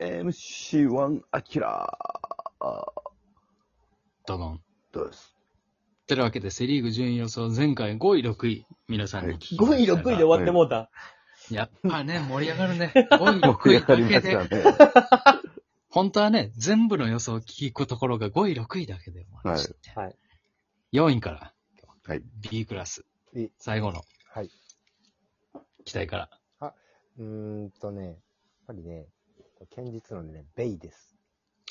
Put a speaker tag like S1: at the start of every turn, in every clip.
S1: 4MC1 アキラ
S2: ドドン。
S1: ーです。
S2: というわけで、セリーグ順位予想、前回5位、6位、皆さんに聞きま
S3: 5位、
S2: した
S3: 6
S2: が
S3: 位で終わってもうた。
S2: やっぱね、盛り上がるね。5位、
S1: 盛り上がり
S2: 6
S1: ま
S2: 位
S1: し
S2: だ
S1: た
S2: けで、
S1: ね。
S2: 本当はね、全部の予想を聞くところが5位、6位だけで終わっちゃって。
S3: はいはい
S2: 4位から、
S1: はい。
S2: B クラス
S4: い、
S2: 最後の
S4: はい。
S2: 期待から。
S4: うーんとね、やっぱりね、堅実なんでね、ベイです。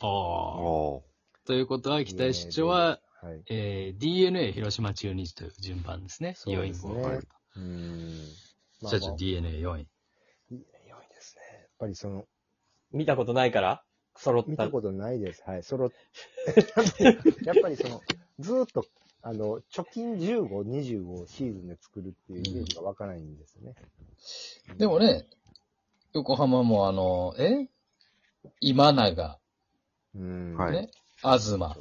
S2: おー
S1: お
S2: ということは、期待主張は、
S4: はい。
S2: えー、DNA、広島中日という順番ですね。
S4: そうですね
S2: 4位5位。
S4: うーん。まあ
S2: じゃあちょっと DNA4 位。
S4: いいね良いですね。やっぱりその、
S3: 見たことないから揃っ
S4: 見
S3: た
S4: た。ことないです。はい。その、やっぱりその、ずーっと、あの、貯金15、20をシーズンで作るっていうイメージが湧かないんですね。
S5: でもね、横浜もあの、え今永、
S4: うーん。
S1: はい
S5: ね、東、
S4: そうか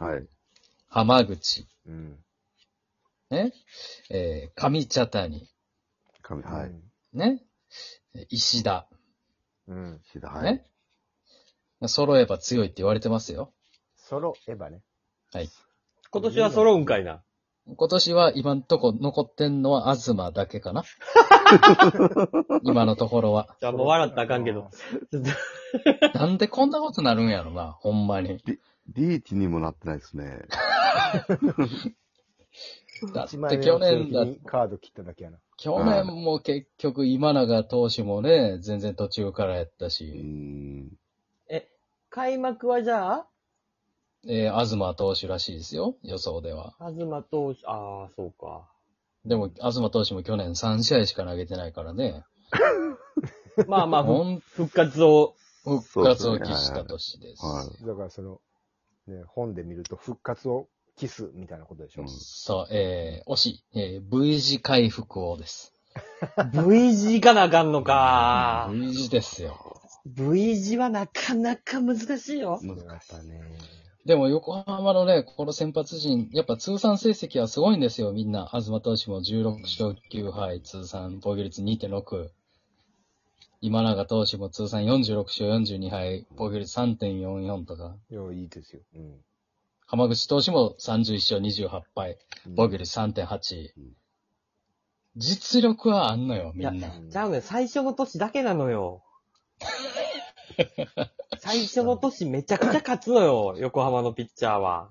S1: ーはい。
S5: 浜口、
S4: うん。
S5: ね、えー上茶谷、
S1: 神、はい。
S5: ね、石田、
S4: うん。
S1: 石田、はい
S5: ね。。揃えば強いって言われてますよ。
S4: 揃えばね。
S3: 今年は揃うんかいな。
S5: 今年は今んとこ残ってんのは東だけかな今のところは。
S3: じゃあもう笑ったらあかんけど。
S5: なんでこんなことなるんやろな、ほんまに。
S1: リーチにもなってないですね。
S5: だっ
S4: 1枚
S5: て
S4: 目
S5: 去
S4: の定
S5: 年
S4: 期
S5: だ、
S4: にカード切っただけやな。
S5: 去年も結局今永投手もね、全然途中からやった
S1: うー
S5: し、
S1: ん。
S3: 開幕はじゃあ、
S5: えー、東投手らしいですよ、予想では。
S3: 東投手、ああ、そうか。
S5: でも、東投手も去年3試合しか投げてないからね、
S3: まあ まあ、
S5: ほ
S3: ふ
S5: ん
S3: 復活を、
S5: 復活を期した年です。
S1: は
S4: だからその、ね、本で見ると復活をキスみたいなことでしょ。
S1: うん
S5: そう、えー、惜しい、えー、V 字回復をです。
S3: V 字行かなあかんのか。
S5: V 字ですよ。
S3: V 字はなかなか難しいよ
S1: い。。難
S4: やっぱね。
S5: でも、横浜のね、この先発陣、やっぱ通算成績はすごいんですよ、みんな。東投手も16勝9敗、通算防御率2.6。今永投手も通算46勝42敗、防御率3.44とか。
S4: いや、いいですよ。うん。
S5: 浜口投手も31勝28敗、防御率3.8
S1: うん。
S5: 実力はあんのよ、みん
S3: い
S5: な。
S3: じゃあね、最初の年だけなの よ。最初の年めちゃくちゃ勝つのよ、横浜のピッチャーは。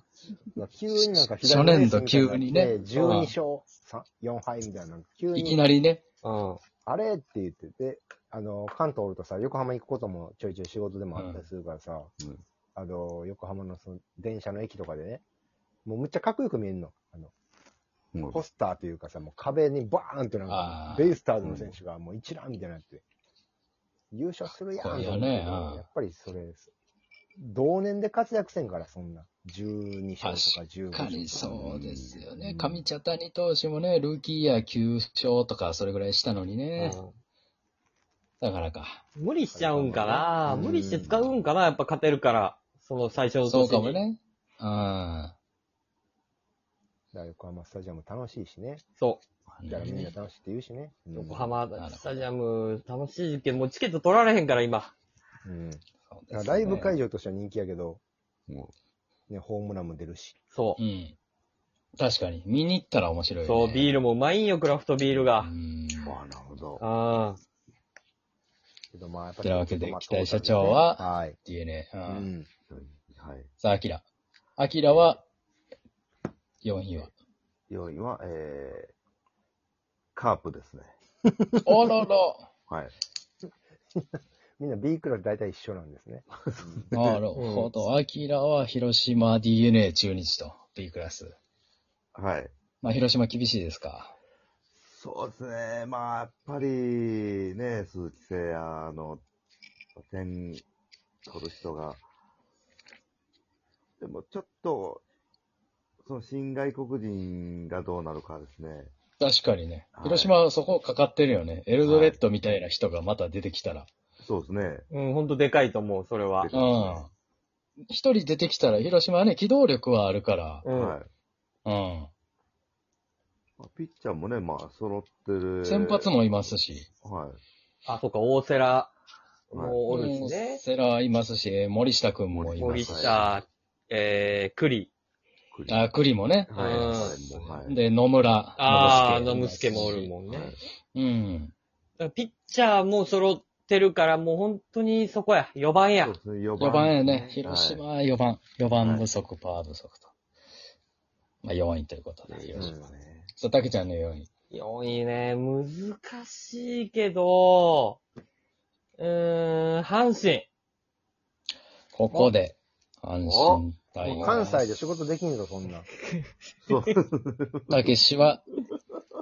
S4: まあ急になんか
S5: 初年度急にね
S4: 12勝さ4敗みたいな。急に。
S5: いきなりね、
S3: うん。
S4: あれって言ってて、あの、関東おるとさ、横浜行くこともちょいちょい仕事でもあったりするからさ、
S1: うんうん
S4: あの、横浜のその電車の駅とかでね、もうむっちゃかっこよく見えんの。あの、
S1: もう
S4: ポスターというかさ、もう壁にバーンってなん
S5: あ
S4: か、
S5: ー
S4: ベイスターズの選手がもう一覧みたいになって、優勝するやんと思った
S5: そ
S4: けど
S5: うやねうん
S4: やっぱりそれです。同年で活躍せんから、そんな。12勝とか15
S5: か
S4: 勝
S5: り
S4: とか。
S5: そうですよ
S1: う
S5: ね
S1: ん。
S5: 上茶谷投手もね、ルーキーイヤー9勝とか、それぐらいしたのにね。なかなか。
S3: 無理しちゃうんかな、
S4: うん
S3: 無理して使うんかなやっぱ勝てるから。その最初の年
S5: そ
S3: に
S5: うかも。ね。うん。ま
S4: だから横浜スタジアム楽しいしね。
S3: そ
S5: あ
S4: だからみんな
S5: ね
S4: 楽しいって言うしね。
S3: う。
S4: うん
S3: 横浜スタジアム楽しいけど、もうチケット取られへんから今。
S4: うん。
S5: そうで
S4: だから
S5: すね
S4: ライブ会場としては人気やけど、
S1: も
S4: ね、ホームランも出るし。
S3: そうう。
S5: ん。確かに。見に行ったら面白い、ね。
S3: そう、ビールもうまいんよ、クラフトビールが
S5: う。ん。
S1: う、ああ、なるほど。
S3: あ
S4: けどまあやっぱ
S5: と
S4: り
S5: いうわけで期待社長は
S4: はい。
S5: DNA。う。
S4: うんん。
S1: はい。
S5: さあ、アキラ。アキラは、4位は。
S1: 4位は、えー、カープですね。
S5: おろろ。
S1: はい。
S4: みんな B クラス大体一緒なんですね。
S5: なるほど。アキラは広島 DNA 中日と B クラス。
S1: はい。
S5: まあ、広島厳しいですか。
S1: そうですね。まあ、やっぱり、ね、鈴木誠也の、点取る人が、でもちょっと、その新外国人がどうなるかですね。
S5: 確かにね
S1: は。い
S5: 広島はそこかかってるよね。エルドレッドみたいな人がまた出てきたら。
S1: そうですね。
S3: あ。うん、ほんとでかいと思う、それは
S1: で。か
S5: うん。一人出てきたら、広島はね、機動力はあるから。
S3: うん。
S1: はい。
S5: うん。
S1: まあピッチャーもね、まあ、揃ってる。
S5: 先発。もいますし。
S1: はい。
S3: あ、そうか、大瀬良
S1: はい
S3: もうおるしね。
S5: セラーいますし、森下くんもいま
S3: 森
S5: す。
S3: 下、えー、栗。
S1: 栗
S5: あ、栗もね。
S1: はい
S3: うん
S1: はいはい。
S5: で、野村。
S3: ああ、
S5: 野
S3: 野
S5: 村
S3: む
S5: 助
S3: けもおるもんね。
S1: はい
S5: うん。
S3: だからピッチャーも揃ってるから、もう本当にそこや。4番や
S1: そう。ですね、4
S5: 4番やね。広
S1: は
S5: 島は4番。4番不足、パワー不足と。まあ4位ということで、
S1: い
S5: 広島
S1: う。んね
S5: そう、たけちゃんの4位。
S3: 4位ね、難しいけど、うーん、阪神。
S5: ここで、阪神対
S4: もう関西で仕事できんぞ、そんな。
S1: そう。
S5: たけしは、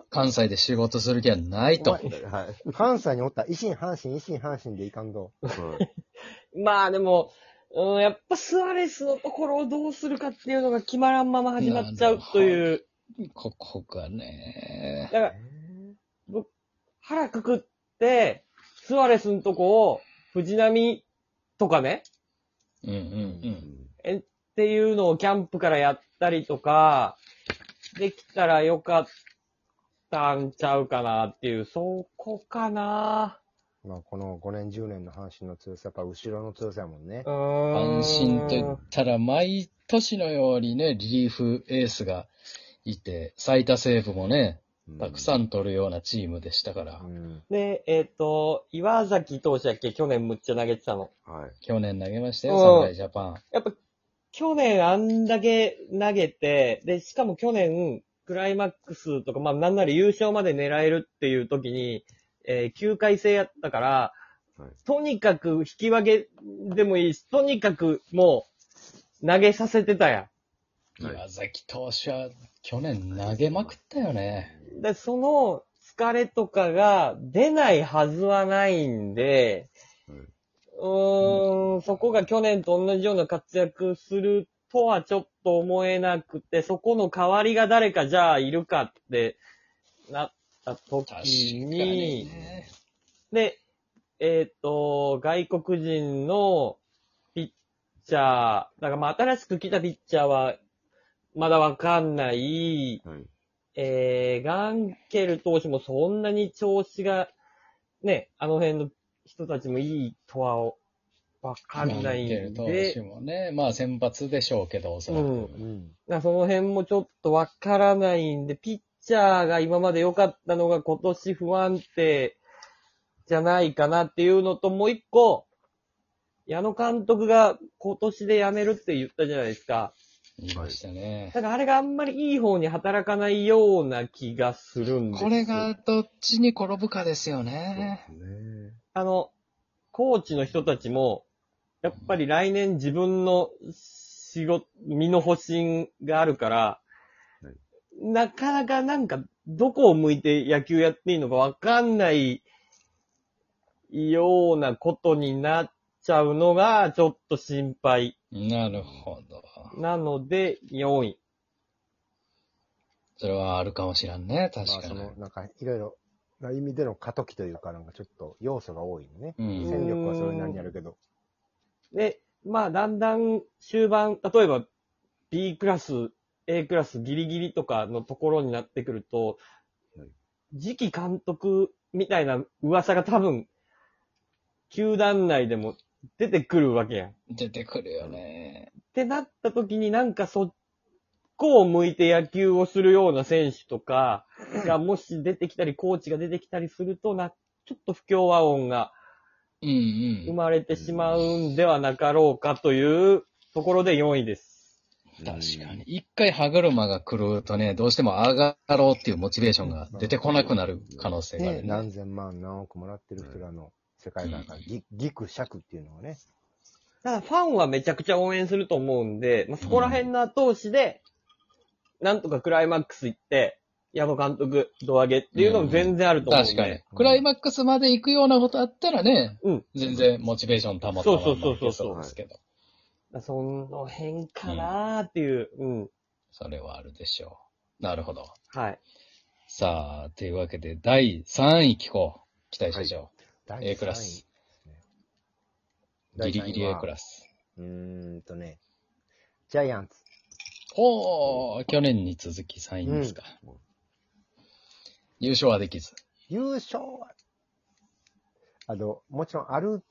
S5: 関西で仕事する気はないと。
S1: はい。
S4: 関西におったら、維新、阪神、維新、阪神でいかんぞ。
S1: そう
S3: まあでも、うん、やっぱスアレスのところをどうするかっていうのが決まらんまま始まっちゃうという。
S5: ここがね
S3: だ。から、僕腹くくって、スアレスのとこを藤波とかね、
S5: うんうんう。
S1: うんん
S3: っていうのをキャンプからやったりとか、できたらよかったんちゃうかなっていう、そこかな。
S4: まあ、この5年、10年の阪神の強さ、やっぱ後ろの強さやもんね
S3: う。ーん。
S5: 阪神と言ったら、毎年のようにね、リリーフエースがいて、最多セーブもね、たくさん取るようなチームでしたから、
S4: うん。
S3: で、えっ、と、岩崎投手だっけ去年むっちゃ投げてたの。
S1: はい。
S5: 去年投げましたよ、
S3: うん
S5: 侍ジャパン。
S3: やっぱ、去年あんだけ投げて、で、しかも去年、クライマックスとか、まあなんなら優勝まで狙えるっていう時に、えー、9回制やったから、
S1: はい
S3: とにかく引き分けでもいいし、とにかくもう、投げさせてたや
S1: はい
S5: 岩崎投手は去年投げまくったよね。
S3: ん。で、その疲れとかが出ないはずはないんで、
S1: うん
S3: うーん、そこが去年と同じような活躍するとはちょっと思えなくて、そこの代わりが誰かじゃあいるかってなった
S5: 確か
S3: 時
S5: に
S3: に、
S5: ね。
S3: で、えっ、と、外国人のピッチャー、だからまあ新しく来たピッチャーはまだわかんない、
S1: はい。
S3: えー、ガンケル投手もそんなに調子が、ね、あの辺の人たちもいいとは、わかんない
S5: ガン
S3: んで
S5: ケル、投手もね、まあ先発でしょうけど、おそら
S3: う
S5: く。
S3: ん。
S4: うん。
S3: だからその辺もちょっとわからないんで、ピッチャーが今まで良かったのが今年不安定じゃないかなっていうのと、もう一個、矢野監督が今年で辞めるって言ったじゃないですか。
S5: 言いましたね。
S3: だからあれがあんまりいい方に働かないような気がするんです。
S5: これが、どっちに転ぶかですよね。
S1: そうですね。
S3: あの、コーチの人たちも、やっぱり来年自分の仕事、身の保身があるから、
S1: はい
S3: なかなかなんか、どこを向いて野球やっていいのかわかんないようなことになっちゃうのが、ちょっと心配。
S5: なるほど。
S3: なので、4位。
S5: それはあるかもしらんね、確
S4: まあ、
S5: か
S4: そ
S5: に。
S4: の、なんか、いろいろ、な意味での過渡期というか、なんかちょっと要素が多いのね。
S5: うん
S4: 戦力はそれなりにあるけど。
S3: で、まあ、だんだん終盤、例えば B クラス、A クラスギリギリとかのところになってくると
S1: はい、
S3: 次期監督みたいな噂が多分、球団内でも出てくるわけやん。っ
S5: 出てくるよね。
S3: てなった時になんかそっこを向いて野球をするような選手とかがもし出てきたり、コーチが出てきたりするとな、ちょっと不協和音が
S5: うん
S3: 生
S5: うん。
S3: まれてしまうんではなかろうかというところで4位です。
S5: 確かに。一回歯車が狂うとね、どうしても上がろうっていうモチベーションが出てこなくなる可能性があ
S4: ね
S5: る、ね。
S4: 何千万、何億もらってる人らの世界観が、ぎぎくしゃくっていうのはね。
S3: ただファンはめちゃくちゃ応援すると思うんで、まあ、そこら辺の後押しで、なんとかクライマックス行って、矢野監督、胴上げっていうのも全然あると思うんで。
S5: 確かに。クライマックスまで行くようなことあったらね、
S3: うん
S5: 全然モチベーション保ったまま
S3: そうそうそうそう
S5: そうですけど。
S3: その辺かなーっていう、うん、
S5: それはあるでしょう。なるほど。
S3: はい。
S5: さあ、というわけで、第3位聞こう。期待しましょ
S4: 第
S5: う。
S4: 三位
S5: A クラス。。
S4: 第
S5: ギ
S4: 三位
S5: リ
S4: は
S5: ギリ A クラス。
S4: うーんとね、ジャイアンツ。
S5: おー、去年に続き3位ですか。優勝はできず。
S4: 優勝は、あの、もちろんある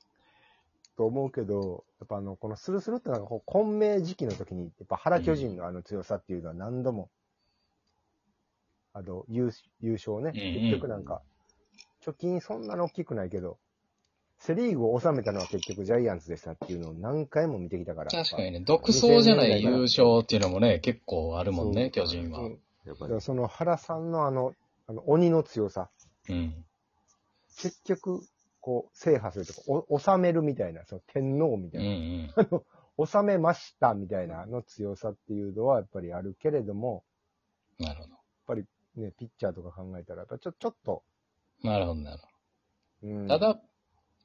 S4: と思うけど、やっぱあの、このスルスルってなんかこう、混迷時期の時に、やっぱ原巨人のあの強さっていうのは何度も、あの、優優勝ね。
S5: うんうん
S4: 結局なんか、貯金そんなに大きくないけど、セリーグを収めたのは結局ジャイアンツでしたっていうのを何回も見てきたから。
S5: 確かにね、独走じゃない優勝っていうのもね、結構あるもんね、
S4: そ
S5: 巨人は。
S1: やっぱ
S4: だ
S1: り
S4: か。らその原さんのあの、あの鬼の強さ、
S5: うん。
S4: 結局、こう、制覇するとか、お収めるみたいな、その天皇み
S5: う
S4: たい
S5: んう
S4: な、
S5: ん。
S4: 収めましたみたいなあの強さっていうのはやっぱりあるけれども、
S5: なるほ
S4: ね、ピッチャーとか考えたら、やっぱちょ、ちょっと、
S5: ど。なるほど、なるほ
S4: うん
S5: ど。ただ、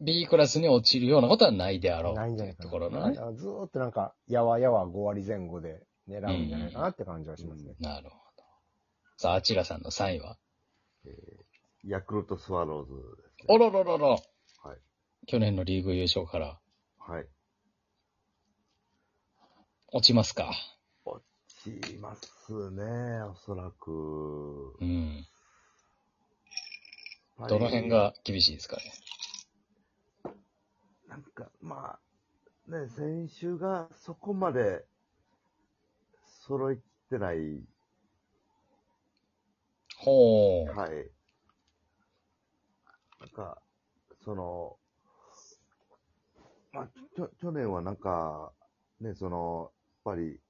S5: B クラスに落ちるようなことはないであろう。
S4: ないんじゃない
S5: って
S4: か
S5: と
S4: な。
S5: ころのね。
S4: ずーっとなんか、やわやわ5割前後で狙うんじゃないかなって感じはしますね。
S5: なるほど。さあ、アチラさんの3位は
S1: ヤクルトスワローズですね。
S5: おろろろろ。
S1: はい
S5: 去年のリーグ優勝から
S1: はい。
S5: 落ちますか。
S1: しますね、おそらく
S5: う。ん。どの辺が厳しいですかね。
S1: なんか、まあ、ね、先週がそこまで揃いきってない。
S5: ほう。
S1: はい。なんか、その、まあ、きょ去年はなんか、ね、その、やっぱり、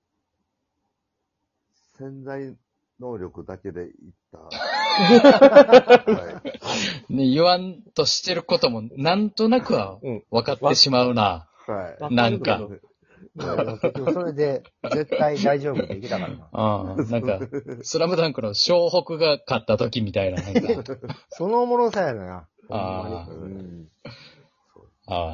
S1: 潜在能力だけでいった。はい。
S5: ね、言わんとしてることも、なんとなくは
S4: うん
S5: 分かってしまうな。
S1: はい。
S3: わ
S5: な
S3: か
S5: ん
S3: るけ
S5: か。
S3: ど。
S4: だから結局それで、絶対大丈夫できたからな
S5: うん。なんか、スラムダンクの湘北が勝った時みた いな、なんか、
S4: そのおもろさやな。ほんまに
S5: あ
S1: ー
S4: うん
S1: そう
S5: ああ、